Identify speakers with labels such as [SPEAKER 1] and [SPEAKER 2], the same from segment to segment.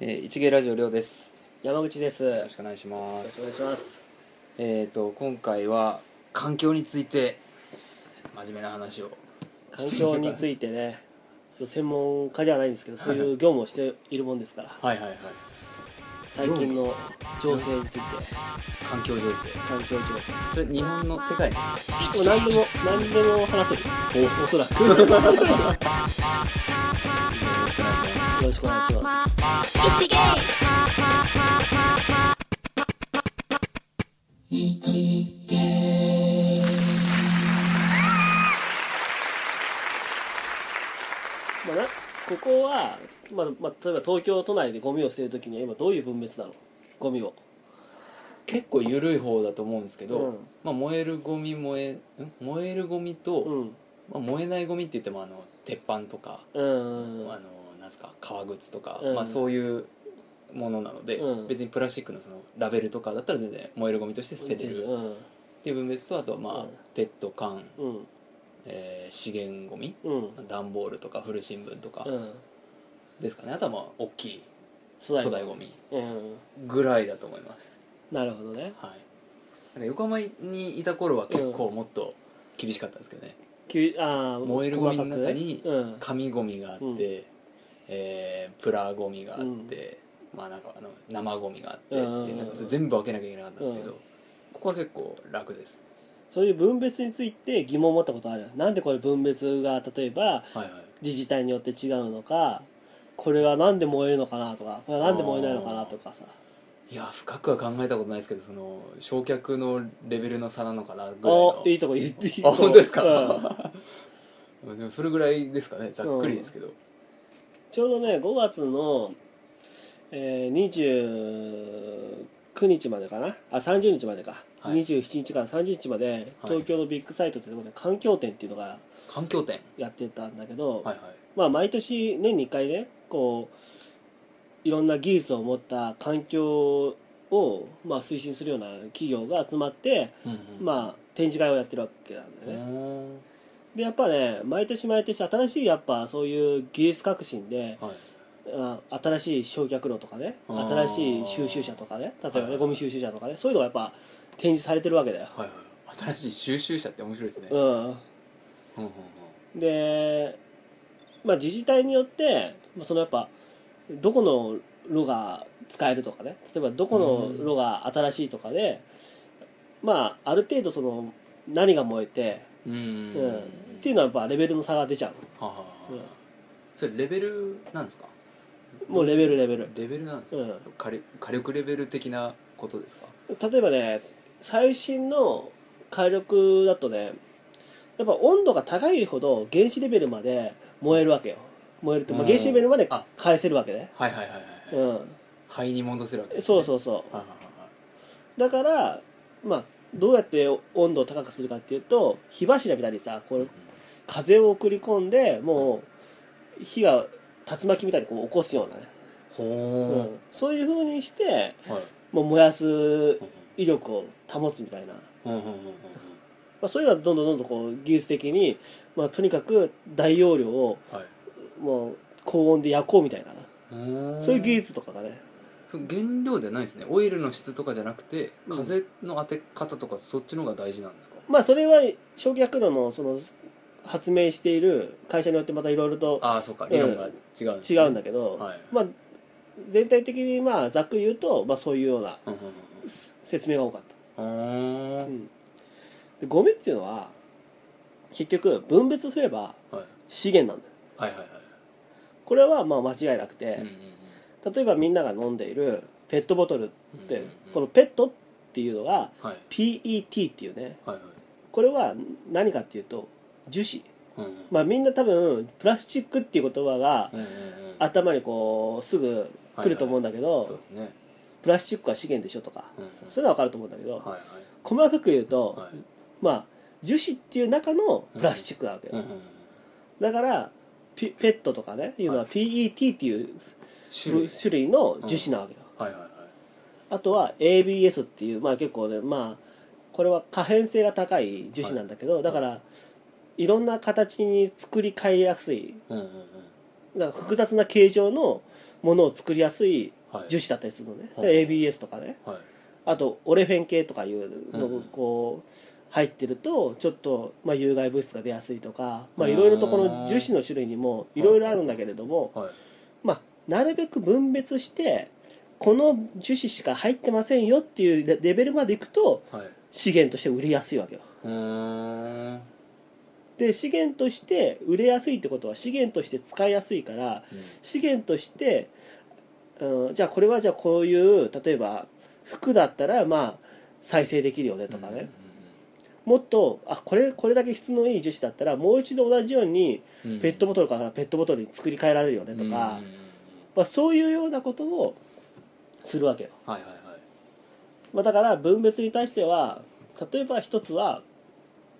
[SPEAKER 1] えー一芸ラジオりょうです
[SPEAKER 2] 山口です。よ
[SPEAKER 1] よ
[SPEAKER 2] ろ
[SPEAKER 1] ろ
[SPEAKER 2] し
[SPEAKER 1] し
[SPEAKER 2] く
[SPEAKER 1] くお願いしま
[SPEAKER 2] お
[SPEAKER 1] す
[SPEAKER 2] 願いします。
[SPEAKER 1] えっ、と今回は環境について真面目な話を
[SPEAKER 2] 環境についてね、専門家じゃないんですけど、そういう業務をしているもんですから、
[SPEAKER 1] はいはいはい
[SPEAKER 2] 最近の情勢について、
[SPEAKER 1] 環境情勢
[SPEAKER 2] 環境情
[SPEAKER 1] それ日本の世界の
[SPEAKER 2] 勢。もう何でも何でも話せる。おおそらく。よ
[SPEAKER 1] よ ろしくお願いします
[SPEAKER 2] ろしくお願いします。まあなここは、まあまあ例えば東京都内でゴミを捨てるときには今どういう分別なの？ゴミを。
[SPEAKER 1] 結構緩い方だと思うんですけど、
[SPEAKER 2] うん
[SPEAKER 1] まあ、燃えるゴミ燃えん燃えるゴミと、
[SPEAKER 2] うん。
[SPEAKER 1] まあ、燃えないゴミって言ってもあの鉄板とか、
[SPEAKER 2] うん。
[SPEAKER 1] あのなんすか革靴とか、
[SPEAKER 2] うん
[SPEAKER 1] まあ、そういうものなので、
[SPEAKER 2] うん
[SPEAKER 1] 別にプラスチックのそのラベルとかだったら全然燃えるゴミとして捨てれる
[SPEAKER 2] うん。
[SPEAKER 1] っていう分別とあとはまあ、
[SPEAKER 2] うん
[SPEAKER 1] ペット缶、
[SPEAKER 2] うん。
[SPEAKER 1] えー資源ゴミ
[SPEAKER 2] うん。
[SPEAKER 1] 段ボールとか古新聞とか
[SPEAKER 2] うん。
[SPEAKER 1] ですかね、あとはまあ大きい
[SPEAKER 2] 粗
[SPEAKER 1] 粗大
[SPEAKER 2] 大ゴ
[SPEAKER 1] ゴミ
[SPEAKER 2] ミ。うん。
[SPEAKER 1] ぐらいだと思います
[SPEAKER 2] なるほどね。
[SPEAKER 1] はいなんか横浜にいた頃は結構もっと厳しかったんですけどね、
[SPEAKER 2] きあー
[SPEAKER 1] 燃えるゴミの中に
[SPEAKER 2] 細かく
[SPEAKER 1] 紙ゴミがあって、
[SPEAKER 2] うん
[SPEAKER 1] えープラゴミがあって、まあなんかあの生ゴミがあって
[SPEAKER 2] うんうんうん
[SPEAKER 1] でなんかそれ全部分けなきゃいけなかったんですけど、
[SPEAKER 2] うん
[SPEAKER 1] ここは結構楽です
[SPEAKER 2] うん、そういう分別について疑問を持ったことあるなんでこれ分別が例えば
[SPEAKER 1] はいはい
[SPEAKER 2] 自治体によって違うのかこれはなんで燃えるのかなとかこれはなんで燃えないのかなとかさ
[SPEAKER 1] いや深くは考えたことないですけどその焼却のレベルの差なのかなぐらい
[SPEAKER 2] あ
[SPEAKER 1] の
[SPEAKER 2] いいとこ言っていい
[SPEAKER 1] あ本当ですか、
[SPEAKER 2] うん
[SPEAKER 1] でもそれぐらいですかねざっくりですけど、
[SPEAKER 2] ちょうどね5月の、えー、29日までかなあ30日までか、
[SPEAKER 1] はい
[SPEAKER 2] 27日から30日まで
[SPEAKER 1] はい
[SPEAKER 2] 東京のビッグサイトってところで環境展っていうのが
[SPEAKER 1] 環境展
[SPEAKER 2] やってたんだけど、
[SPEAKER 1] はいはい
[SPEAKER 2] まあ、毎年年に1回ねこういろんな技術を持った環境を、まあ、推進するような企業が集まって、
[SPEAKER 1] うんうん
[SPEAKER 2] まあ、展示会をやってるわけなんだよね、
[SPEAKER 1] おー
[SPEAKER 2] でやっぱね毎年毎年新しいやっぱそういう技術革新で
[SPEAKER 1] はい
[SPEAKER 2] あ新しい焼却炉とかね
[SPEAKER 1] あー
[SPEAKER 2] 新しい収集車とかね例えば
[SPEAKER 1] はい
[SPEAKER 2] ねゴミ収集車とかねそういうのがやっぱ展示されてるわけだよ、
[SPEAKER 1] はいはい新しい収集車って面白いですね、
[SPEAKER 2] うん
[SPEAKER 1] うんうん
[SPEAKER 2] で、まあ、自治体によってまあそのやっぱどこの炉が使えるとかね例えばどこの炉が新しいとかで、まあある程度その何が燃えて、
[SPEAKER 1] うんうん
[SPEAKER 2] うんっていうのはやっぱレベルの差が出ちゃう
[SPEAKER 1] はあはあ、
[SPEAKER 2] うん
[SPEAKER 1] それレベルなんですか
[SPEAKER 2] もうレベルレベル、
[SPEAKER 1] レベルなんです
[SPEAKER 2] う
[SPEAKER 1] か、火
[SPEAKER 2] ん、
[SPEAKER 1] 力火力レベル的なことですか
[SPEAKER 2] 例えばね最新の火力だとねやっぱ温度が高いほど原子レベルまで燃えるわけよ燃えると、まあ、原子レベルまで
[SPEAKER 1] あ
[SPEAKER 2] 返せるわけね
[SPEAKER 1] はいはいはいはい、はい肺に戻せるわけ
[SPEAKER 2] う
[SPEAKER 1] で
[SPEAKER 2] ん
[SPEAKER 1] すね
[SPEAKER 2] そうそうそう
[SPEAKER 1] はいはいはい
[SPEAKER 2] だからまあどうやって温度を高くするかっていうと火柱みたいにさこ
[SPEAKER 1] う
[SPEAKER 2] うん風を送り込んでもう火が竜巻みたいにこう起こすようなね、う
[SPEAKER 1] ほ
[SPEAKER 2] ん、そういう風にして
[SPEAKER 1] う、はい
[SPEAKER 2] もう燃やす威力を保つみたいな、ま
[SPEAKER 1] うんうんうんうんうん
[SPEAKER 2] あ、そういうのはどんどんどんどんこう技術的に、まあ、とにかく大容量を
[SPEAKER 1] はい
[SPEAKER 2] もう高温で焼こうみたいな
[SPEAKER 1] うーん
[SPEAKER 2] そういう技術とかがね
[SPEAKER 1] そう原料ではないですねオイルの質とかじゃなくて風の当て方とかそっちの方が大事なんですか、
[SPEAKER 2] まあそれは焼却炉のその発明している会社によってまたいろいろと
[SPEAKER 1] ああそうか理論が違うんです
[SPEAKER 2] 違
[SPEAKER 1] ね、
[SPEAKER 2] うんだけど、
[SPEAKER 1] はい
[SPEAKER 2] まあ、全体的にまあざっくり言うと、まあ、そういうような
[SPEAKER 1] うんうん
[SPEAKER 2] す説明が多かっ
[SPEAKER 1] うん
[SPEAKER 2] た、う
[SPEAKER 1] うん
[SPEAKER 2] ん、でゴミっていうのは結局分別すれば
[SPEAKER 1] はい
[SPEAKER 2] 資源なんだよ
[SPEAKER 1] はいはいはい
[SPEAKER 2] これはまあ間違いなく
[SPEAKER 1] うんうん
[SPEAKER 2] て、例えばみんなが飲んでいるペットボトルって、
[SPEAKER 1] うんうんうん
[SPEAKER 2] このペットっていうのが
[SPEAKER 1] はい
[SPEAKER 2] PET っていうね
[SPEAKER 1] はいはい
[SPEAKER 2] これは何かっていうと樹脂
[SPEAKER 1] うんうん
[SPEAKER 2] まあみんな多分プラスチックっていう言葉が
[SPEAKER 1] うんうんうん
[SPEAKER 2] 頭にこうすぐ来ると思うんだけど、
[SPEAKER 1] そうですね
[SPEAKER 2] プラスチックは資源でしょとか、
[SPEAKER 1] うんうん
[SPEAKER 2] そういうのは分かると思うんだけど、
[SPEAKER 1] はい
[SPEAKER 2] 細かく言うと、
[SPEAKER 1] はいはい
[SPEAKER 2] まあ樹脂っていう中のプラスチックなわけよ、
[SPEAKER 1] うんうんうん
[SPEAKER 2] だからピペットとかねいうのは
[SPEAKER 1] は
[SPEAKER 2] PET っていう
[SPEAKER 1] 種類
[SPEAKER 2] 種類の樹脂なわけよ、
[SPEAKER 1] はいはいはい
[SPEAKER 2] あとは ABS っていうまあ結構ねまあこれは可変性が高い樹脂なんだけど、だからいろんな形に作り変えやすい
[SPEAKER 1] うんうんうん
[SPEAKER 2] だから複雑な形状のものを作りやすい
[SPEAKER 1] はい
[SPEAKER 2] 樹脂だったりするのね、
[SPEAKER 1] はい
[SPEAKER 2] で ABS とかね
[SPEAKER 1] はい
[SPEAKER 2] あとオレフェン系とかいうの
[SPEAKER 1] う
[SPEAKER 2] が
[SPEAKER 1] ん
[SPEAKER 2] こう入ってるとちょっと、まあ、有害物質が出やすいとか、まあ、
[SPEAKER 1] うん
[SPEAKER 2] いろいろとこの樹脂の種類にもいろいろあるんだけれども、
[SPEAKER 1] はい
[SPEAKER 2] まあ、なるべく分別してこの樹脂しか入ってませんよっていうレレベルまでいくと
[SPEAKER 1] はいう
[SPEAKER 2] 資源として売りやすいわけよ
[SPEAKER 1] ーん
[SPEAKER 2] で資源として売れやすいってことは資源として使いやすいから資源として、うん、じゃあこれはじゃあこういう例えば服だったらまあ再生できるよねとかね、もっとあこれこれだけ質のいい樹脂だったらもう一度同じように
[SPEAKER 1] うんうん
[SPEAKER 2] ペットボトルからペットボトルに作り変えられるよねとか、
[SPEAKER 1] うんうん
[SPEAKER 2] まあ、そういうようなことをするわけよ、
[SPEAKER 1] はいはいはい
[SPEAKER 2] まあ、だから分別に対しては例えば一つは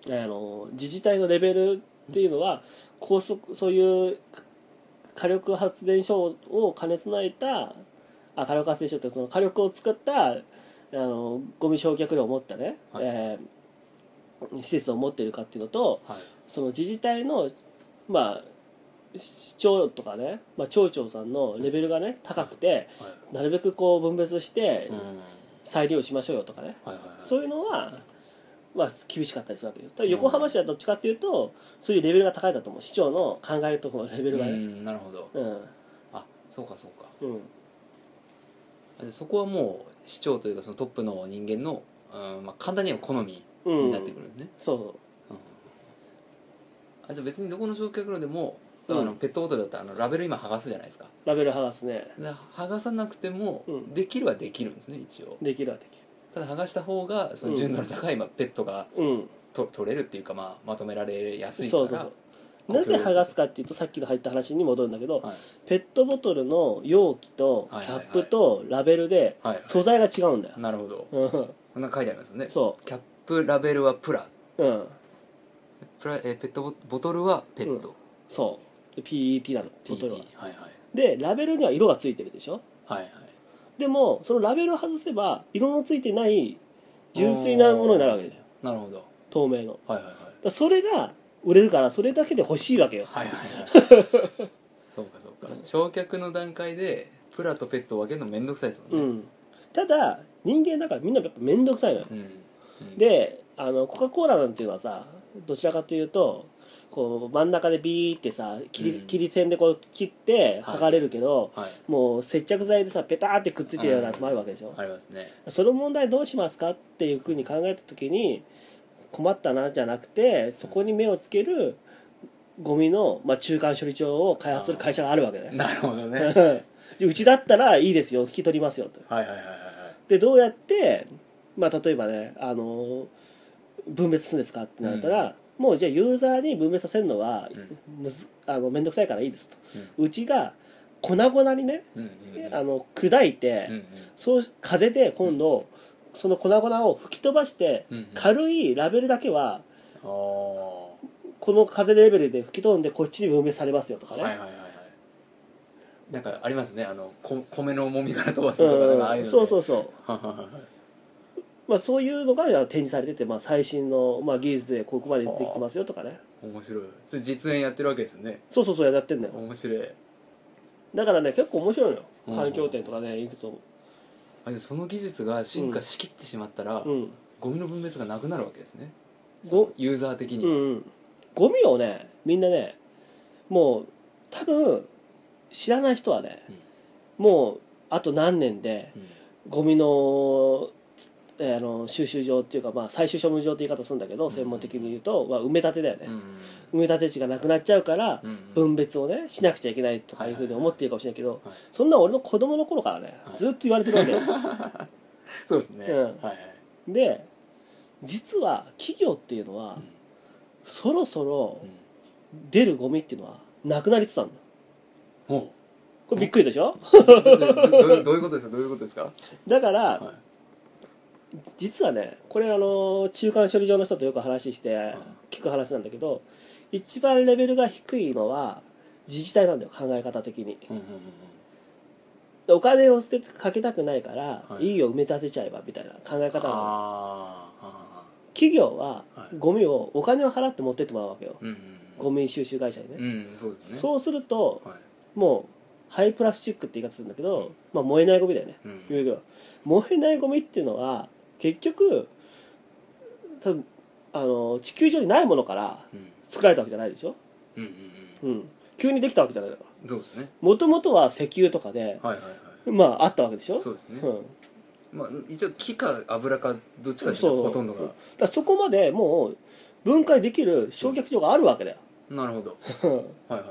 [SPEAKER 2] あの自治体のレベルっていうのは高速そういう火力発電所を兼ね備えたあ火力発電所ってその火力を使ったあのゴミ焼却量を持ったね、
[SPEAKER 1] はい
[SPEAKER 2] えー施設を持っているかっていうのと
[SPEAKER 1] はい
[SPEAKER 2] その自治体のまあ市長とかね、まあ、町長さんのレベルがね高くて
[SPEAKER 1] はい
[SPEAKER 2] なるべくこう分別して
[SPEAKER 1] うん
[SPEAKER 2] 再利用しましょうよとかね
[SPEAKER 1] はいはいはい
[SPEAKER 2] そういうのは、まあ、厳しかったりするわけよただ横浜市はどっちかっていうとそういうレベルが高いだと思う市長の考えるところのレベルが
[SPEAKER 1] う
[SPEAKER 2] ね
[SPEAKER 1] んなるほど
[SPEAKER 2] うん
[SPEAKER 1] あそうかそうか
[SPEAKER 2] うん、
[SPEAKER 1] でそこはもう市長というかそのトップの人間の、うんまあ、簡単に言えば好み
[SPEAKER 2] うん
[SPEAKER 1] になってくるんね、
[SPEAKER 2] そ
[SPEAKER 1] あじゃあ別にどこの焼却炉でも、あの
[SPEAKER 2] うん
[SPEAKER 1] ペットボトルだったらあのラベル今剥がすじゃないですか
[SPEAKER 2] うラベル剥がすね
[SPEAKER 1] で剥がさなくても
[SPEAKER 2] うん
[SPEAKER 1] できるはできるんですね一応
[SPEAKER 2] できるはでき
[SPEAKER 1] ただ剥がした方がその純度の高い、まあ、ペットが
[SPEAKER 2] るうん
[SPEAKER 1] と取れるっていうか、まあ、まとめられやすいから
[SPEAKER 2] そうそうそうなぜ剥がすかっていうとさっきの入った話に戻るんだけど、
[SPEAKER 1] はい
[SPEAKER 2] ペットボトルの容器とキ
[SPEAKER 1] はいはい
[SPEAKER 2] ャ
[SPEAKER 1] はい
[SPEAKER 2] ップとラベルで
[SPEAKER 1] はいはい
[SPEAKER 2] 素材が違うんだよ、
[SPEAKER 1] なるほど
[SPEAKER 2] うん
[SPEAKER 1] こんな書いてありますよね
[SPEAKER 2] そ
[SPEAKER 1] キャップラベルはプラ
[SPEAKER 2] ううん
[SPEAKER 1] プラ、えーペットボボトルはペット、
[SPEAKER 2] そうで PET なのボ
[SPEAKER 1] PT
[SPEAKER 2] トルは
[SPEAKER 1] はいはい
[SPEAKER 2] でラベルには色がついてるでしょ
[SPEAKER 1] はいはい
[SPEAKER 2] でもそのラベルを外せば色のついてない純粋なものになるわけだよ
[SPEAKER 1] なるほど
[SPEAKER 2] 透明のだか
[SPEAKER 1] はいはいはい
[SPEAKER 2] らそれが売れるからそれだけで欲しいわけよ
[SPEAKER 1] はいはいはいそうかそうか焼却の段階でプラとペットを分けるのめんどくさいですも
[SPEAKER 2] うん
[SPEAKER 1] ね
[SPEAKER 2] んただ人間だからみんなやっぱ面倒くさいのよ
[SPEAKER 1] うん、うん、
[SPEAKER 2] であのコカ・コーラなんていうのはさどちらかというとこう真ん中でビーってさ切り,、
[SPEAKER 1] うん
[SPEAKER 2] 切り線でこう切って
[SPEAKER 1] はい
[SPEAKER 2] 剥がれるけど、
[SPEAKER 1] はい
[SPEAKER 2] もう接着剤でさペターってくっついてるようなやつもあるわけでしょ、
[SPEAKER 1] ありますね
[SPEAKER 2] その問題どうしますかっていうふうに考えた時に困ったなじゃなくてそこに目をつけるゴミの、まあ、中間処理場を開発する会社があるわけね
[SPEAKER 1] なるほどね
[SPEAKER 2] でうちだったらいいですよ引き取りますよと
[SPEAKER 1] はいはいはいはい
[SPEAKER 2] でどうやって、まあ、例えばねあの分別するんですかってなったら、もうじゃあユーザーに分別させるのはむずあの面倒くさいからいいですと、うちが粉々にね、
[SPEAKER 1] うんうんうん
[SPEAKER 2] あの砕いて、
[SPEAKER 1] うん
[SPEAKER 2] そう風で今度、その粉々を吹き飛ばして、
[SPEAKER 1] うんうん
[SPEAKER 2] 軽いラベルだけは
[SPEAKER 1] あー
[SPEAKER 2] この風レベルで吹き飛んでこっちに分別されますよとかね、
[SPEAKER 1] はいはいはいはいなんかありますねあのこ米の重みから飛ばす
[SPEAKER 2] う、
[SPEAKER 1] とかなんかああいうんので
[SPEAKER 2] そうそううそ、
[SPEAKER 1] はいはいはいう
[SPEAKER 2] まあ、そういうのが展示されてて、まあ、最新の、まあ、技術でここまでできてますよとかね
[SPEAKER 1] 面白いそれ実演やってるわけですよね
[SPEAKER 2] そうそうそうやってんだよ
[SPEAKER 1] 面白い
[SPEAKER 2] だからね結構面白いのよ
[SPEAKER 1] うん
[SPEAKER 2] 環境展とかね行くと
[SPEAKER 1] あじゃあその技術が進化しきってしまったら、
[SPEAKER 2] うん
[SPEAKER 1] ゴミの分別がなくなるわけですね
[SPEAKER 2] ご
[SPEAKER 1] ユーザー的に
[SPEAKER 2] うん
[SPEAKER 1] は、
[SPEAKER 2] うんゴミをねみんなねもう多分知らない人はね、もうあと何年で
[SPEAKER 1] うん
[SPEAKER 2] ゴミの,、えーあの収集場っていうか、まあ、最終処分場って言い方するんだけど、専門的に言うと、まあ、埋め立てだよね、埋め立て地がなくなっちゃうから、分別をねしなくちゃいけないとかいうふうに思ってるかもしれないけど、
[SPEAKER 1] はい
[SPEAKER 2] そんな俺の子供の頃からね、
[SPEAKER 1] はい
[SPEAKER 2] ずっと言われてるわけよ
[SPEAKER 1] そうですね、
[SPEAKER 2] う
[SPEAKER 1] は
[SPEAKER 2] ん
[SPEAKER 1] いはい
[SPEAKER 2] で実は企業っていうのは、
[SPEAKER 1] ん
[SPEAKER 2] そろそろ
[SPEAKER 1] うん
[SPEAKER 2] 出るゴミっていうのはなくなりつつあるの
[SPEAKER 1] も
[SPEAKER 2] これびっくりでしょ
[SPEAKER 1] うどどどういうことですかどういうことですか
[SPEAKER 2] だから、
[SPEAKER 1] はい
[SPEAKER 2] 実はねこれあの中間処理場の人とよく話して聞く話なんだけど一番レベルが低いのは自治体なんだよ考え方的に
[SPEAKER 1] うんうんうん
[SPEAKER 2] お金を捨ててかけたくないから、
[SPEAKER 1] はい
[SPEAKER 2] い、いよ埋め立てちゃえばみたいな考え
[SPEAKER 1] あー
[SPEAKER 2] 方なの
[SPEAKER 1] あ
[SPEAKER 2] 企業は
[SPEAKER 1] はい
[SPEAKER 2] ゴミをお金を払って持ってってもらうわけよ
[SPEAKER 1] ーうんうん
[SPEAKER 2] ゴミ収集会社にね、
[SPEAKER 1] うんうんそうですね
[SPEAKER 2] そうすると
[SPEAKER 1] はい
[SPEAKER 2] もう廃プラスチックって言い方するんだけど、まあ、燃えないゴミだよね
[SPEAKER 1] うん
[SPEAKER 2] 言うけど燃えないゴミっていうのは結局多分あの地球上にないものから
[SPEAKER 1] うん
[SPEAKER 2] 作られたわけじゃないでしょ、
[SPEAKER 1] うんうん
[SPEAKER 2] うん、急にできたわけじゃないだから
[SPEAKER 1] うんそうですね
[SPEAKER 2] もともとは石油とかで、
[SPEAKER 1] はいはいは
[SPEAKER 2] まああったわけでしょ
[SPEAKER 1] いそうですね
[SPEAKER 2] うん、
[SPEAKER 1] まあ一応木か油かどっちかですね
[SPEAKER 2] そう
[SPEAKER 1] ほとんどが
[SPEAKER 2] だからそこまでもう分解できる焼却場があるわけだよ、
[SPEAKER 1] なるほど
[SPEAKER 2] うん
[SPEAKER 1] はいはいは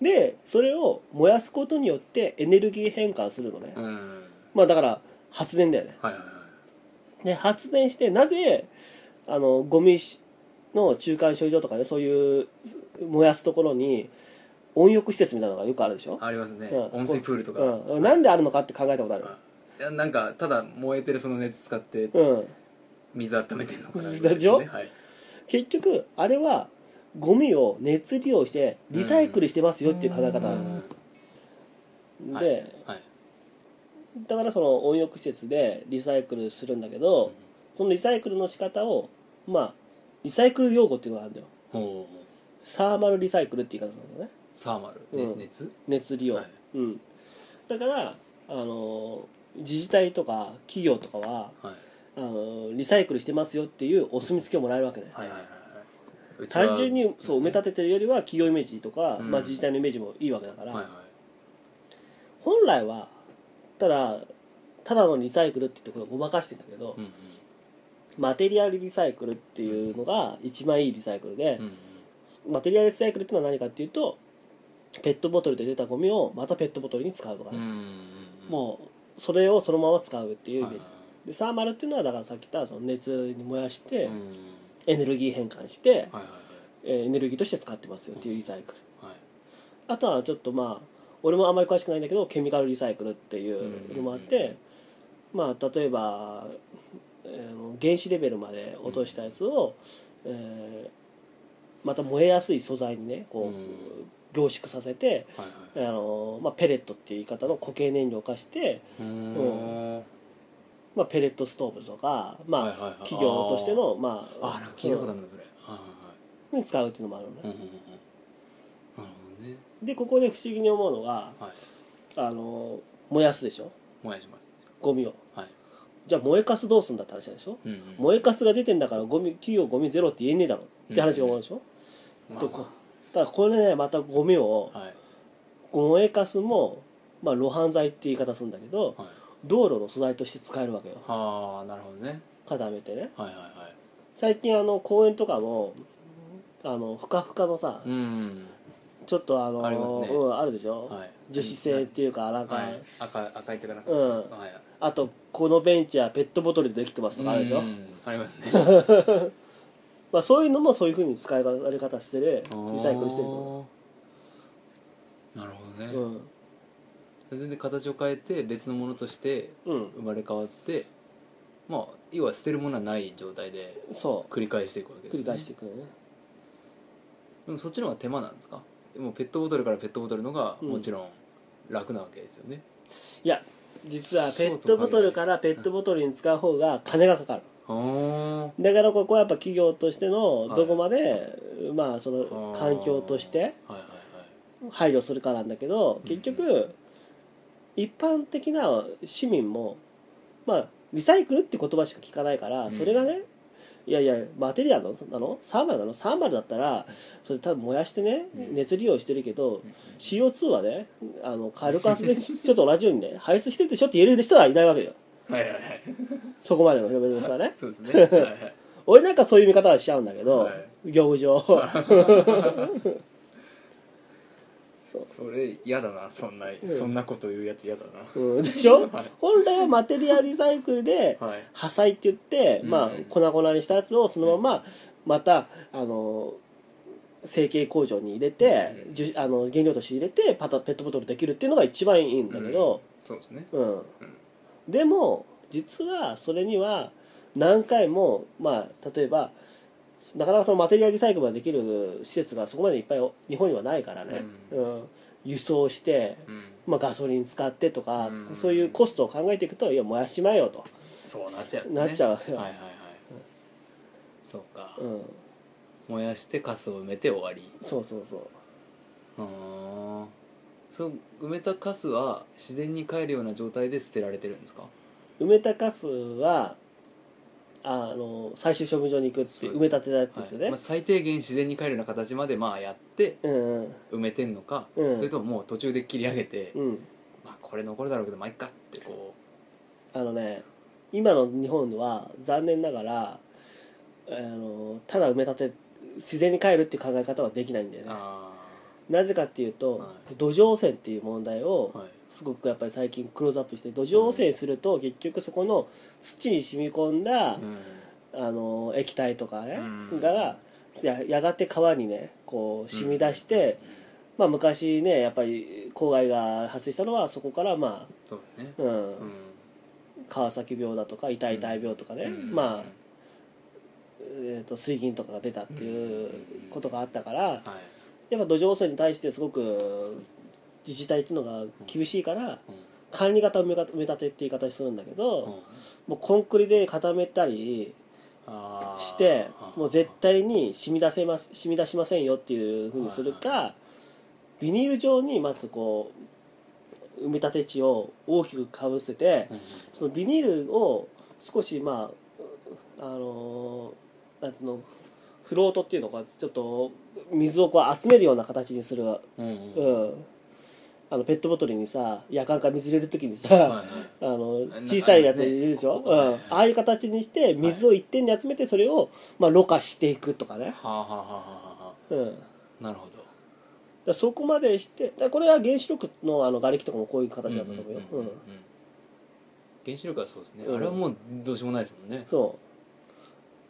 [SPEAKER 1] い
[SPEAKER 2] でそれを燃やすことによってエネルギー変換するのね、
[SPEAKER 1] うん
[SPEAKER 2] まあだから発電だよね
[SPEAKER 1] はいはいはい
[SPEAKER 2] で発電してなぜあのゴミの中間処理場とかねそういう燃やすところに温浴施設みたいなのがよくあるでしょ、
[SPEAKER 1] ありますね
[SPEAKER 2] うん
[SPEAKER 1] 温水プールとか
[SPEAKER 2] うん、なんであるのかって考えたことある
[SPEAKER 1] いやなんかただ燃えてるその熱使って
[SPEAKER 2] うん
[SPEAKER 1] 水温めてんのかな
[SPEAKER 2] でしょ
[SPEAKER 1] みたいなねはい
[SPEAKER 2] 結局あれはゴミを熱利用してリサイクルしてますよっていう考え方な
[SPEAKER 1] う
[SPEAKER 2] の
[SPEAKER 1] ん
[SPEAKER 2] で、
[SPEAKER 1] はい
[SPEAKER 2] だからその温浴施設でリサイクルするんだけど、
[SPEAKER 1] うん
[SPEAKER 2] そのリサイクルの仕方をまあリサイクル用語っていうのがあるんだよ
[SPEAKER 1] ほう
[SPEAKER 2] サーマルリサイクルって言い方するんだよね
[SPEAKER 1] サーマル、ね
[SPEAKER 2] うん
[SPEAKER 1] 熱
[SPEAKER 2] 熱利用、
[SPEAKER 1] はい
[SPEAKER 2] うん、だからあの自治体とか企業とかは
[SPEAKER 1] はい
[SPEAKER 2] あのリサイクルしてますよっていうお墨付けをもらえるわけね、
[SPEAKER 1] はいはいはいはいうちは
[SPEAKER 2] 単純にそう埋め立ててるよりは企業イメージとか、
[SPEAKER 1] うん
[SPEAKER 2] まあ、自治体のイメージもいいわけだから、
[SPEAKER 1] はいはい
[SPEAKER 2] 本来はただただのリサイクルってところをごまかしてんだけど、
[SPEAKER 1] うんうん
[SPEAKER 2] マテリアルリサイクルっていうのが一番いいリサイクルで
[SPEAKER 1] う、ん
[SPEAKER 2] マテリアルリサイクルってのは何かっていうとペットボトルで出たゴミをまたペットボトルに使うとか
[SPEAKER 1] うんう
[SPEAKER 2] ね、
[SPEAKER 1] ん
[SPEAKER 2] もうそれをそのまま使うっていううんイメージ、でサーマルっていうのはだからさっき言ったその熱に燃やして、
[SPEAKER 1] うん
[SPEAKER 2] エネルギー変換して、
[SPEAKER 1] はいはい
[SPEAKER 2] えーエネルギーとして使ってますよっていうリサイクル、
[SPEAKER 1] はいはい
[SPEAKER 2] あとはちょっとまあ俺もあまり詳しくないんだけどケミカルリサイクルっていうのもあって、まあ例えば、えー原子レベルまで落としたやつを、えーまた燃えやすい素材にねこう、
[SPEAKER 1] うん
[SPEAKER 2] 凝縮させて、
[SPEAKER 1] はい
[SPEAKER 2] あ
[SPEAKER 1] はい
[SPEAKER 2] のまあ、ペレットっていう言い方の固形燃料化して、
[SPEAKER 1] うーん
[SPEAKER 2] まあ、ペレットストーブとか、まあ
[SPEAKER 1] はいはいはい
[SPEAKER 2] 企業としてのまあ
[SPEAKER 1] あなんか聞いたことあるんだそれはい
[SPEAKER 2] うんに使うっていうのもあるのね、
[SPEAKER 1] はいはいうんうんうんなるほどね
[SPEAKER 2] でここで不思議に思うのが
[SPEAKER 1] はい
[SPEAKER 2] あの燃やすでしょ
[SPEAKER 1] お願いします
[SPEAKER 2] ゴミを
[SPEAKER 1] はい
[SPEAKER 2] じゃあ燃えかすどうすんだって話なんでしょ
[SPEAKER 1] うんうん
[SPEAKER 2] 燃えかすが出てんだからゴミ企業ゴミゼロって言えねえだろって話が思うでしょ、
[SPEAKER 1] まあ
[SPEAKER 2] とこだからこれねまたゴミを
[SPEAKER 1] はい
[SPEAKER 2] 燃えかすも、まあ、露伴剤って言い方するんだけど
[SPEAKER 1] はい
[SPEAKER 2] 道路の素材として使えるわけよ
[SPEAKER 1] ああなるほどね
[SPEAKER 2] 固めてね
[SPEAKER 1] はいはいはい
[SPEAKER 2] 最近あの公園とかもあのふかふかのさ、
[SPEAKER 1] うん
[SPEAKER 2] ちょっとあの
[SPEAKER 1] ありますね
[SPEAKER 2] うん、あるでしょ、
[SPEAKER 1] はい
[SPEAKER 2] 樹脂製っていうかなんか、
[SPEAKER 1] はい赤赤いっていうかなんか
[SPEAKER 2] うん
[SPEAKER 1] はい
[SPEAKER 2] あとこのベンチはペットボトルでできてますとかあるでしょ、
[SPEAKER 1] うんありますね
[SPEAKER 2] まあ、そういうのもそういうふうに使い方やり方してるリサイクルしてると
[SPEAKER 1] あーなるほどね、
[SPEAKER 2] 思う
[SPEAKER 1] 全然形を変えて別のものとして
[SPEAKER 2] うん、うん、
[SPEAKER 1] 生まれ変わってまあ要は捨てるものはない状態で
[SPEAKER 2] そ
[SPEAKER 1] 繰り返していくわけで
[SPEAKER 2] う繰
[SPEAKER 1] すね
[SPEAKER 2] り返していくのね
[SPEAKER 1] でもそっちの方が手間なんですかもうペットボトルからペットボトルのが
[SPEAKER 2] うん
[SPEAKER 1] もちろん楽なわけですよね、
[SPEAKER 2] いや実はペットボトルからペットボトルに使う方が金がかかる
[SPEAKER 1] は
[SPEAKER 2] だからここはやっぱ企業としてのどこまで、まあそ
[SPEAKER 1] あ
[SPEAKER 2] の環境として
[SPEAKER 1] はいはいはい
[SPEAKER 2] 配慮するかなんだけど結局一般的な市民もまあリサイクルって言葉しか聞かないから、
[SPEAKER 1] ん
[SPEAKER 2] それがねいやいやマテリアルなのサーマルなのサーマルだったらそれ多分燃やしてね、
[SPEAKER 1] うん
[SPEAKER 2] 熱利用してるけど
[SPEAKER 1] ん
[SPEAKER 2] CO2 はねあ の火力発電所と同じようにね排出してるでしょって言える人はいないわけよ
[SPEAKER 1] はいはいはい
[SPEAKER 2] そこまでのレベルの人はね
[SPEAKER 1] そうですねはいはい
[SPEAKER 2] 俺なんかそういう見方はしちゃうんだけど、
[SPEAKER 1] は
[SPEAKER 2] 業務上
[SPEAKER 1] それ嫌だなそんな、そんなこと言うやつ嫌だな
[SPEAKER 2] うんでしょ本来はマテリアルリサイク ルで、
[SPEAKER 1] はい
[SPEAKER 2] 破砕って言って、
[SPEAKER 1] うん
[SPEAKER 2] まあ、粉々にしたやつをそのまままたあの成形工場に入れて、
[SPEAKER 1] うん
[SPEAKER 2] 樹脂あの原料として入れてパタペットボトルできるっていうのが一番いいんだけど、
[SPEAKER 1] そうですね
[SPEAKER 2] うんでも実はそれには何回も、まあ、例えばなかなかそのマテリアルリサイクルができる施設がそこまでいっぱい日本にはないからね、
[SPEAKER 1] うん
[SPEAKER 2] うん輸送して、
[SPEAKER 1] うん
[SPEAKER 2] まあ、ガソリン使ってとか、
[SPEAKER 1] うん
[SPEAKER 2] そういうコストを考えていくといや燃やしまえよと。
[SPEAKER 1] そうなっちゃう、
[SPEAKER 2] なっちゃうわけよ
[SPEAKER 1] はいはいはい、そうか、
[SPEAKER 2] うん
[SPEAKER 1] 燃やしてカスを埋めて終わり
[SPEAKER 2] そうそうそう
[SPEAKER 1] うーんその埋めたカスは自然に帰るような状態で捨てられてるんですか
[SPEAKER 2] 埋めたカスはあの最終処分場に行くって
[SPEAKER 1] そう
[SPEAKER 2] 埋め立てだってですよ
[SPEAKER 1] はい
[SPEAKER 2] ね、
[SPEAKER 1] まあ、最低限自然に帰るような形までまあやって
[SPEAKER 2] うんう
[SPEAKER 1] 埋
[SPEAKER 2] ん
[SPEAKER 1] めてんのか、
[SPEAKER 2] うん
[SPEAKER 1] それとももう途中で切り上げて、
[SPEAKER 2] うん
[SPEAKER 1] まあこれ残るだろうけどまあいっかってこ
[SPEAKER 2] あのね今の日本は残念ながらあのただ埋め立て自然に帰るっていう考え方はできないんだよ
[SPEAKER 1] う
[SPEAKER 2] ね
[SPEAKER 1] あ
[SPEAKER 2] なぜかっていうと、
[SPEAKER 1] は
[SPEAKER 2] 土壌汚染っていう問題を、
[SPEAKER 1] あはい
[SPEAKER 2] すごくやっぱり最近クローズアップして土壌汚染すると結局そこの土に染み込んだ、
[SPEAKER 1] うん
[SPEAKER 2] あの液体とかね、
[SPEAKER 1] うん
[SPEAKER 2] がややがて川にねこう染み出して、まあ、昔ねやっぱり公害が発生したのはそこからまあ、
[SPEAKER 1] そうだね
[SPEAKER 2] うん
[SPEAKER 1] うん
[SPEAKER 2] 川崎病だとか痛い痛い病とかね、
[SPEAKER 1] うん
[SPEAKER 2] まあ、えー、と水銀とかが出たっていうことがあったから、
[SPEAKER 1] はい
[SPEAKER 2] やっぱ土壌汚染に対してすごく自治体っていうのが厳しいから、
[SPEAKER 1] う
[SPEAKER 2] 管理型埋め立て埋め立てって言い方するんだけど、
[SPEAKER 1] んうん
[SPEAKER 2] もうコンクリで固めたり
[SPEAKER 1] あー
[SPEAKER 2] して
[SPEAKER 1] あー
[SPEAKER 2] もう絶対に染み出せます染み出しませんよっていうふうにする
[SPEAKER 1] はい
[SPEAKER 2] かビニール状にまずこう埋め立て地を大きくかぶせて
[SPEAKER 1] うん
[SPEAKER 2] そのビニールを少しまああのーなんていうのフロートっていうのかちょっと水をこう集めるような形にする、
[SPEAKER 1] うんうん
[SPEAKER 2] うん、あのペットボトルにさやかんか水入れる時にさ、
[SPEAKER 1] はいはい
[SPEAKER 2] あの
[SPEAKER 1] 中
[SPEAKER 2] 小さいやついるでしょ、
[SPEAKER 1] ねここ
[SPEAKER 2] うん、ああいう形にして水を一点に集めてそれを、まあ、ろ過していくとかね、
[SPEAKER 1] はあはあはあはあは
[SPEAKER 2] うん、だか
[SPEAKER 1] あなるほど
[SPEAKER 2] らそこまでしてだからこれは原子力のあの瓦礫とかもこういう形だったと思うよ、うん
[SPEAKER 1] んんんん原子力はそうですね、
[SPEAKER 2] うん
[SPEAKER 1] あれはもうどうしようもないですもんね
[SPEAKER 2] そう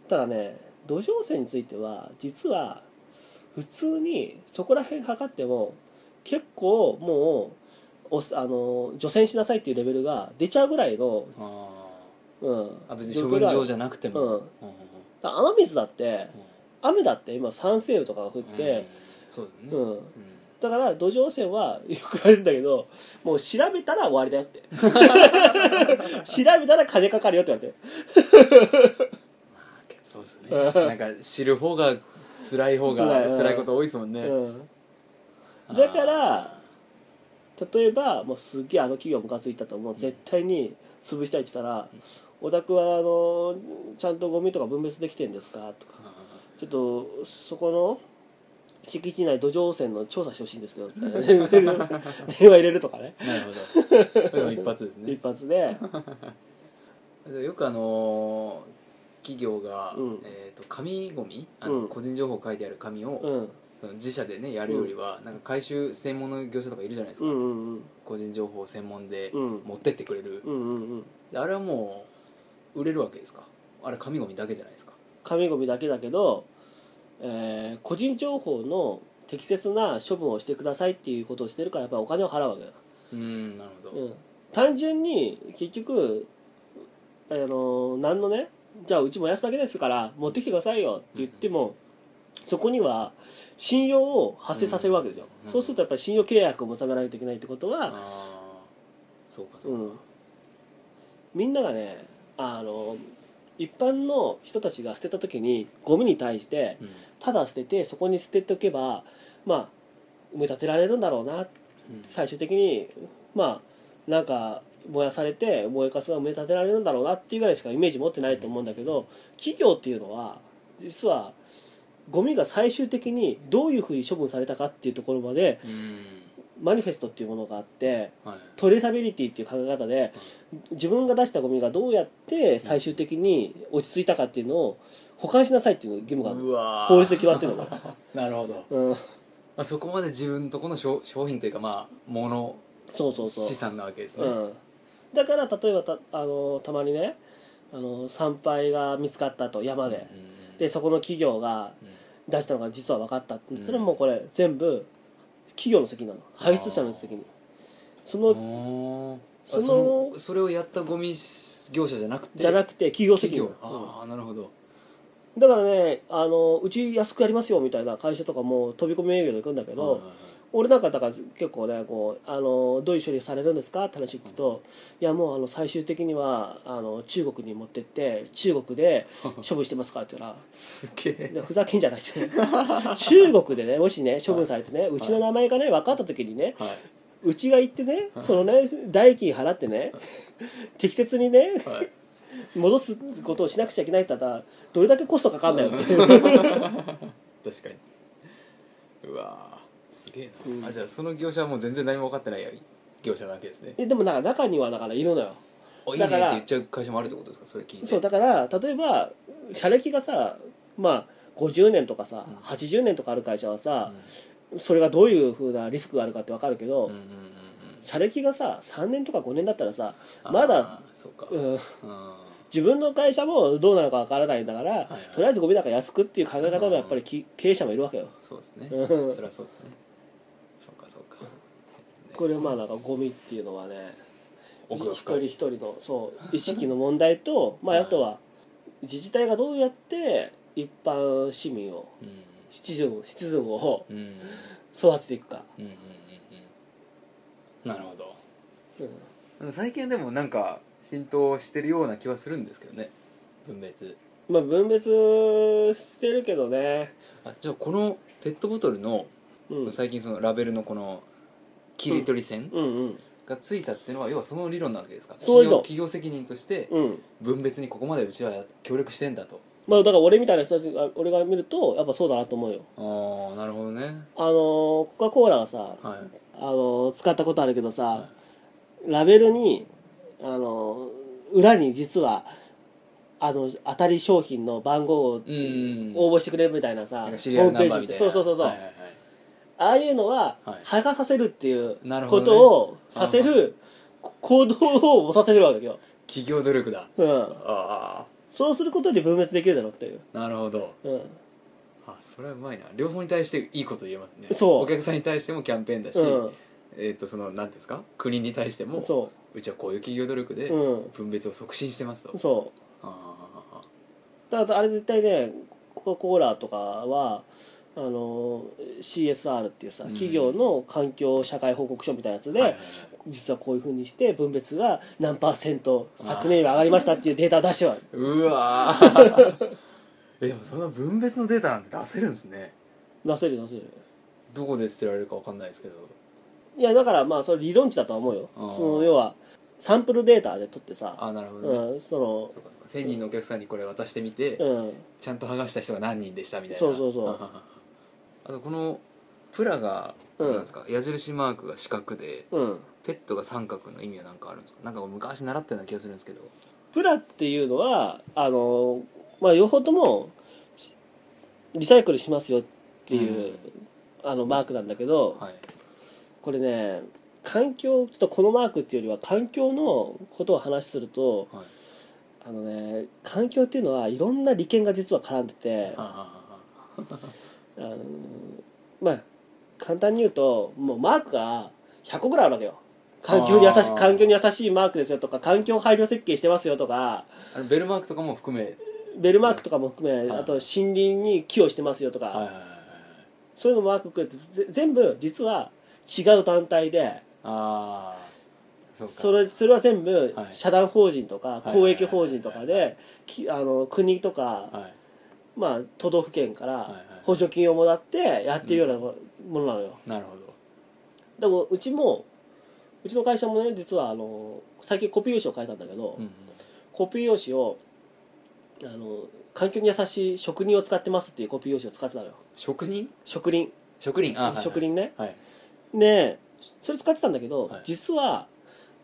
[SPEAKER 2] ただね土壌汚染については実は普通にそこら辺測っても結構もうおあの除染しなさいっていうレベルが出ちゃうぐらいの、
[SPEAKER 1] あ
[SPEAKER 2] うん
[SPEAKER 1] ーあ別に処分場じ
[SPEAKER 2] ゃ
[SPEAKER 1] ゃなくても、
[SPEAKER 2] うん
[SPEAKER 1] うんうん
[SPEAKER 2] 雨水だって
[SPEAKER 1] うん
[SPEAKER 2] 雨だって今酸性雨とかが降っ
[SPEAKER 1] うん
[SPEAKER 2] て、
[SPEAKER 1] そうだね
[SPEAKER 2] うん
[SPEAKER 1] うん
[SPEAKER 2] だから土壌汚染はよく言われるんだけどもう調べたら終わりだよって 調べたら金かかるよって言わ
[SPEAKER 1] そうですねなんか知る方が辛い方が
[SPEAKER 2] 辛いうん
[SPEAKER 1] 辛いこと多いですもんね、
[SPEAKER 2] れて、うん、だから例えばもうすっげえあの企業ムカついたともう絶対に潰したいって言ったら「お宅はあのちゃんとゴミとか分別できてんですか?」とか「ちょっとそこの敷地内土壌汚染の調査してほしいんですけど」み たいな電話入れるとかね
[SPEAKER 1] なるほ どこれも一発ですね
[SPEAKER 2] 一発で
[SPEAKER 1] よくあのー企業が、
[SPEAKER 2] うん
[SPEAKER 1] えー、と紙ゴミあの、
[SPEAKER 2] うん
[SPEAKER 1] 個人情報書いてある紙を、
[SPEAKER 2] うん
[SPEAKER 1] その自社でねやるよりは、なんか回収専門の業者とかいるじゃないです
[SPEAKER 2] う
[SPEAKER 1] か、
[SPEAKER 2] んうん
[SPEAKER 1] 個人情報専門で
[SPEAKER 2] うん
[SPEAKER 1] 持ってってくれる、
[SPEAKER 2] うんうんうんうん
[SPEAKER 1] であれはもう売れるわけですかあれ紙ゴミだけじゃないですか
[SPEAKER 2] 紙ゴミだけだけど、えー個人情報の適切な処分をしてくださいっていうことをしてるからやっぱりお金を払うわけだ、
[SPEAKER 1] うーんなるほど、
[SPEAKER 2] うん、単純に結局あの何のねじゃあうち燃やすだけですから持ってきてくださいよって言っても、そこには信用を発生させるわけですよ、
[SPEAKER 1] うん
[SPEAKER 2] そうするとやっぱり信用契約を結ばないといけないってこと
[SPEAKER 1] あ
[SPEAKER 2] は、
[SPEAKER 1] あそうかそううか、
[SPEAKER 2] ん、みんながねあの一般の人たちが捨てた時にゴミに対して
[SPEAKER 1] うん
[SPEAKER 2] ただ捨ててそこに捨てておけばまあ埋め立てられるんだろうな
[SPEAKER 1] うん
[SPEAKER 2] 最終的にまあなんか燃やされて燃えかすが埋め立てられるんだろうなっていうぐらいしかイメージ持ってないと思うんだけど企業っていうのは実はゴミが最終的にどういうふうに処分されたかっていうところまで
[SPEAKER 1] うん
[SPEAKER 2] マニフェストっていうものがあって
[SPEAKER 1] はい
[SPEAKER 2] トレーサビリティっていう考え方で自分が出したゴミがどうやって最終的に落ち着いたかっていうのを保管しなさいっていう義務がある
[SPEAKER 1] うわー
[SPEAKER 2] 法律で決まってるのが。
[SPEAKER 1] なるほど、ま
[SPEAKER 2] うん
[SPEAKER 1] あ、そこまで自分とこの商商品というかまあ物
[SPEAKER 2] そうそうそう
[SPEAKER 1] 資産なわけですね、
[SPEAKER 2] うん、だから例えばたあのたまにねあの参拝が見つかったと山で、
[SPEAKER 1] うん
[SPEAKER 2] でそこの企業が
[SPEAKER 1] うん
[SPEAKER 2] 出したのが実は分かったって言ったら、
[SPEAKER 1] うん
[SPEAKER 2] もうこれ全部企業の責任なの排出者の責任その
[SPEAKER 1] おー
[SPEAKER 2] そ
[SPEAKER 1] あ
[SPEAKER 2] の
[SPEAKER 1] そのそれをやったゴミ業者じゃなくて
[SPEAKER 2] じゃなくて企業責
[SPEAKER 1] 企
[SPEAKER 2] 任
[SPEAKER 1] 業ああなるほど
[SPEAKER 2] だからねあのうち安くやりますよみたいな会社とかも飛び込み営業で行くんだけど、
[SPEAKER 1] はいはいはい
[SPEAKER 2] 俺なんかだから結構ねこうあのどういう処理されるんですかって話聞くと、いやもうあの最終的にはあの中国に持ってって中国で 処分してますからって言うから
[SPEAKER 1] すげえ
[SPEAKER 2] いやふざけんじゃ ないって中国でねもしね処分されてね、うちの名前がね分かった時にね
[SPEAKER 1] はい
[SPEAKER 2] うちが行ってねそのね代金払ってね適切にね
[SPEAKER 1] はい
[SPEAKER 2] 戻すことをしなくちゃいけないって言ったらどれだけコストかかんだよっていう
[SPEAKER 1] 確かにうわーすげえな、
[SPEAKER 2] うん
[SPEAKER 1] あじゃあその業者はもう全然何も分かってない業者なわけですね
[SPEAKER 2] えでもなんか中にはだからいるのよ
[SPEAKER 1] おいいねっ
[SPEAKER 2] だ
[SPEAKER 1] て
[SPEAKER 2] から
[SPEAKER 1] 言っちゃう会社もあるってことですかそれ聞いて
[SPEAKER 2] そうだから例えば社歴がさまあ50年とかさ、
[SPEAKER 1] うん
[SPEAKER 2] 80年とかある会社は
[SPEAKER 1] う
[SPEAKER 2] さ
[SPEAKER 1] ん、
[SPEAKER 2] それがどういうふうなリスクがあるかって分かるけど、
[SPEAKER 1] うんうんうん
[SPEAKER 2] 社歴がさ3年とか5年だったらさ
[SPEAKER 1] うん
[SPEAKER 2] ま
[SPEAKER 1] あ
[SPEAKER 2] だ、
[SPEAKER 1] ーそうか
[SPEAKER 2] う
[SPEAKER 1] うん
[SPEAKER 2] ん、
[SPEAKER 1] あ
[SPEAKER 2] 自分の会社もどうなのか分からないんだから、
[SPEAKER 1] はい
[SPEAKER 2] とりあえずゴミだから安くっていう考え方のやっぱりき経営者もいるわけよ
[SPEAKER 1] ーそうですね
[SPEAKER 2] うん
[SPEAKER 1] そりゃそうですねそうかそうか
[SPEAKER 2] これはまあなんかゴミっていうのはね
[SPEAKER 1] 奥が
[SPEAKER 2] 一
[SPEAKER 1] 深
[SPEAKER 2] 人
[SPEAKER 1] い
[SPEAKER 2] 一人の そう意識の問題とまああとは自治体がどうやって一般市民を
[SPEAKER 1] うん
[SPEAKER 2] シチズンシチズンを
[SPEAKER 1] うんうんうん
[SPEAKER 2] 育てていくか、
[SPEAKER 1] うんうんうんなるほど
[SPEAKER 2] うん
[SPEAKER 1] うん最近でもなんか浸透してるような気はするんですけどね分別
[SPEAKER 2] まあ分別してるけどね、
[SPEAKER 1] あじゃあこのペットボトルの
[SPEAKER 2] うん、うん
[SPEAKER 1] 最近そのラベルのこの切り取り線
[SPEAKER 2] うん
[SPEAKER 1] がついたっていうのは要はその理論なわけですか
[SPEAKER 2] そう
[SPEAKER 1] 企
[SPEAKER 2] いう
[SPEAKER 1] 業
[SPEAKER 2] の
[SPEAKER 1] 企業責任として
[SPEAKER 2] うん
[SPEAKER 1] 分別にここまでうちは協力してんだと
[SPEAKER 2] まあだから俺みたいな人たちが俺が見るとやっぱそうだなと思うよ
[SPEAKER 1] ああなるほどね
[SPEAKER 2] あのーコカ・コーラはさ
[SPEAKER 1] はい
[SPEAKER 2] あのー使ったことあるけどさ、
[SPEAKER 1] は
[SPEAKER 2] ラベルにあのー裏に実はあの当たり商品の番号を
[SPEAKER 1] うん
[SPEAKER 2] 応募してくれるみたいなさ、
[SPEAKER 1] なんかシリア
[SPEAKER 2] ホー
[SPEAKER 1] ルナ
[SPEAKER 2] ムペ
[SPEAKER 1] ン
[SPEAKER 2] ー
[SPEAKER 1] バ
[SPEAKER 2] ジ
[SPEAKER 1] ーみ
[SPEAKER 2] って
[SPEAKER 1] たいな
[SPEAKER 2] そうそうそうそう、
[SPEAKER 1] はいはいはい
[SPEAKER 2] ああいうのは
[SPEAKER 1] はい
[SPEAKER 2] 剥がさせるっていう
[SPEAKER 1] なるほ
[SPEAKER 2] こ
[SPEAKER 1] どね
[SPEAKER 2] とをさせる行動をもさせるわけよ、
[SPEAKER 1] 企業努力だ
[SPEAKER 2] うん、
[SPEAKER 1] あ
[SPEAKER 2] そうすることで分別できるだろうっていう、
[SPEAKER 1] あなるほど
[SPEAKER 2] うん、
[SPEAKER 1] あそれはうまいな両方に対していいこと言えますね
[SPEAKER 2] そう
[SPEAKER 1] お客さんに対してもキャンペーンだし、
[SPEAKER 2] うん
[SPEAKER 1] えっ、とその何ですか国に対しても
[SPEAKER 2] そう
[SPEAKER 1] ちはこういう企業努力で
[SPEAKER 2] うん
[SPEAKER 1] 分別を促進してますと、
[SPEAKER 2] うそう
[SPEAKER 1] ああ
[SPEAKER 2] だからあれ絶対ねコカ・コーラとかはあの CSR っていうさ
[SPEAKER 1] うん
[SPEAKER 2] 企業の環境社会報告書みたいなやつで、
[SPEAKER 1] はいはいはい
[SPEAKER 2] 実はこういうふうにして分別が何パーセント昨年より上がりましたっていうデータを出してはる
[SPEAKER 1] うわ ーえでもそんな分別のデータなんて出せるんですね
[SPEAKER 2] 出せる出せる
[SPEAKER 1] どこで捨てられるかわかんないですけど
[SPEAKER 2] いやだからまあそれ理論値だとは思うよ
[SPEAKER 1] あー
[SPEAKER 2] その要はサンプルデータで取って
[SPEAKER 1] あ
[SPEAKER 2] さ、
[SPEAKER 1] あなるほどね、
[SPEAKER 2] うん、そ
[SPEAKER 1] そうかそうか1000人のお客さんにこれ渡してみて、
[SPEAKER 2] のうん
[SPEAKER 1] ちゃんと剥がした人が何人でしたみたいな
[SPEAKER 2] そうそう そう
[SPEAKER 1] あとこのプラが
[SPEAKER 2] うん
[SPEAKER 1] なんですか、矢印マークが四角で
[SPEAKER 2] うん
[SPEAKER 1] ペットが三角の意味は何かあるんですかなんか昔習ったような気がするんですけど
[SPEAKER 2] プラっていうのはあのまあ両方ともリサイクルしますよっていう、あのマークなんだけど、
[SPEAKER 1] はい
[SPEAKER 2] これね環境ちょっとこのマークっていうよりは環境のことを話すると
[SPEAKER 1] はい
[SPEAKER 2] あのね環境っていうのはいろんな利権が実は絡んでてあ
[SPEAKER 1] ああ
[SPEAKER 2] のまあ簡単に言うともうマークが100個ぐらいあるわけよ環境に優し
[SPEAKER 1] あ
[SPEAKER 2] い
[SPEAKER 1] ー
[SPEAKER 2] 環境に優しいマークですよとか環境配慮設計してますよとか
[SPEAKER 1] あのベルマークとかも含め
[SPEAKER 2] ベルマークとかも含め、
[SPEAKER 1] はい
[SPEAKER 2] あと森林に寄与してますよとか、
[SPEAKER 1] はいはいはいはい
[SPEAKER 2] そういうのマークくれてぜ全部実は違う団体で
[SPEAKER 1] ああそうか
[SPEAKER 2] それそれは全部
[SPEAKER 1] はい
[SPEAKER 2] 社団法人とか
[SPEAKER 1] い
[SPEAKER 2] 公益法人とか
[SPEAKER 1] はいはい
[SPEAKER 2] できあの国とか、
[SPEAKER 1] はい
[SPEAKER 2] まあ、都道府県か
[SPEAKER 1] い
[SPEAKER 2] ら
[SPEAKER 1] はい
[SPEAKER 2] 補助金をもらってやってるようなもものなのよ、
[SPEAKER 1] なるほど
[SPEAKER 2] でもうちもうちの会社もね実はあの最近コピー用紙を書いたんだけど、
[SPEAKER 1] うんうん
[SPEAKER 2] コピー用紙をあの環境に優しい職人を使ってますっていうコピー用紙を使ってたのよ
[SPEAKER 1] 職人
[SPEAKER 2] 職人
[SPEAKER 1] 職人あ、はいはい
[SPEAKER 2] 職人ね、
[SPEAKER 1] はい
[SPEAKER 2] でそれ使ってたんだけど、
[SPEAKER 1] はい
[SPEAKER 2] 実は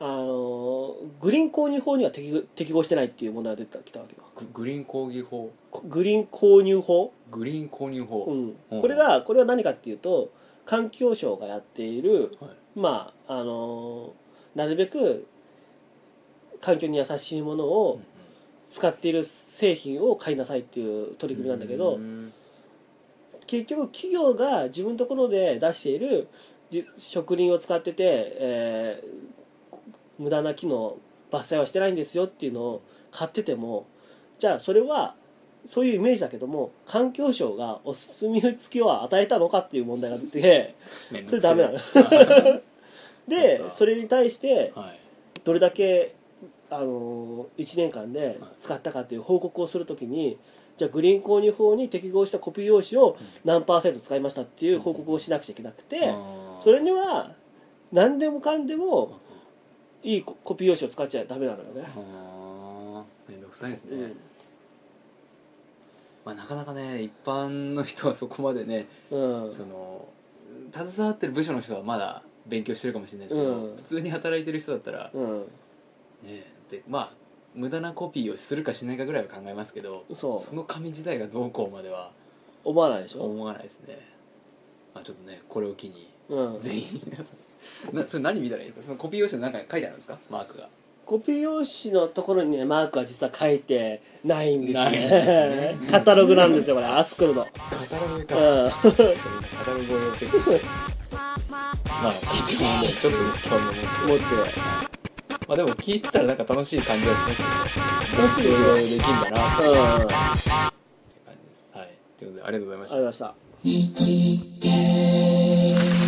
[SPEAKER 2] あのグリーン購入法には適合適合してないっていう問題が出てきたわけよ
[SPEAKER 1] ググリーン抗議法
[SPEAKER 2] こグリーン購入法、
[SPEAKER 1] グリーン購入法、
[SPEAKER 2] うん
[SPEAKER 1] うん
[SPEAKER 2] これがこれは何かっていうと環境省がやっている、
[SPEAKER 1] はい
[SPEAKER 2] まああのなるべく環境に優しいものを使っている製品を買いなさいっていう取り組みなんだけど、
[SPEAKER 1] うん
[SPEAKER 2] 結局企業が自分のところで出しているじ植林を使ってて、えー無駄な木の伐採はしてないんですよっていうのを買っててもじゃあそれはそういうイメージだけども環境省がお墨付きを与えたのかっていう問題があって
[SPEAKER 1] めんど
[SPEAKER 2] それ
[SPEAKER 1] くせえ
[SPEAKER 2] ダメなので
[SPEAKER 1] そうか
[SPEAKER 2] それに対して
[SPEAKER 1] はい
[SPEAKER 2] どれだけあの1年間で使ったかっていう報告をするときにじゃあグリーン購入法に適合したコピー用紙を何パーセント使いましたっていう報告をしなくちゃいけなくて
[SPEAKER 1] あー
[SPEAKER 2] それには何でもかんでもいいココピー用紙を使っちゃダメなのよね、
[SPEAKER 1] あーめんどくさいですね、
[SPEAKER 2] うん
[SPEAKER 1] まあ、なかなかね一般の人はそこまでね、
[SPEAKER 2] うん
[SPEAKER 1] その携わってる部署の人はまだ勉強してるかもしれないですけど、
[SPEAKER 2] うん
[SPEAKER 1] 普通に働いてる人だったら、
[SPEAKER 2] うん、
[SPEAKER 1] ねでまあ無駄なコピーをするかしないかぐらいは考えますけど
[SPEAKER 2] そう
[SPEAKER 1] その紙自体がどうこうまでは
[SPEAKER 2] 思わないでしょ、
[SPEAKER 1] 思わないですねあちょっとねこれを機に
[SPEAKER 2] うん、
[SPEAKER 1] 全員皆さんなそれ何見たらいいですかそのコピー用紙の中に書いてあるんですかマークが
[SPEAKER 2] コピー用紙のところにねマークは実は書いてないんです
[SPEAKER 1] ない
[SPEAKER 2] ね
[SPEAKER 1] んです
[SPEAKER 2] カタログなんですよこれアスクル の、
[SPEAKER 1] カタログか、
[SPEAKER 2] うん、
[SPEAKER 1] カタログをチェックまあ自分もねちょっと興味を持って
[SPEAKER 2] 持って
[SPEAKER 1] まあでも聞いてたらなんか楽しい感じはしますね
[SPEAKER 2] 楽しい
[SPEAKER 1] い
[SPEAKER 2] でしょ
[SPEAKER 1] ろいろできんだなって
[SPEAKER 2] うん
[SPEAKER 1] 感じですはいということでありがとうございました
[SPEAKER 2] ありがとうございました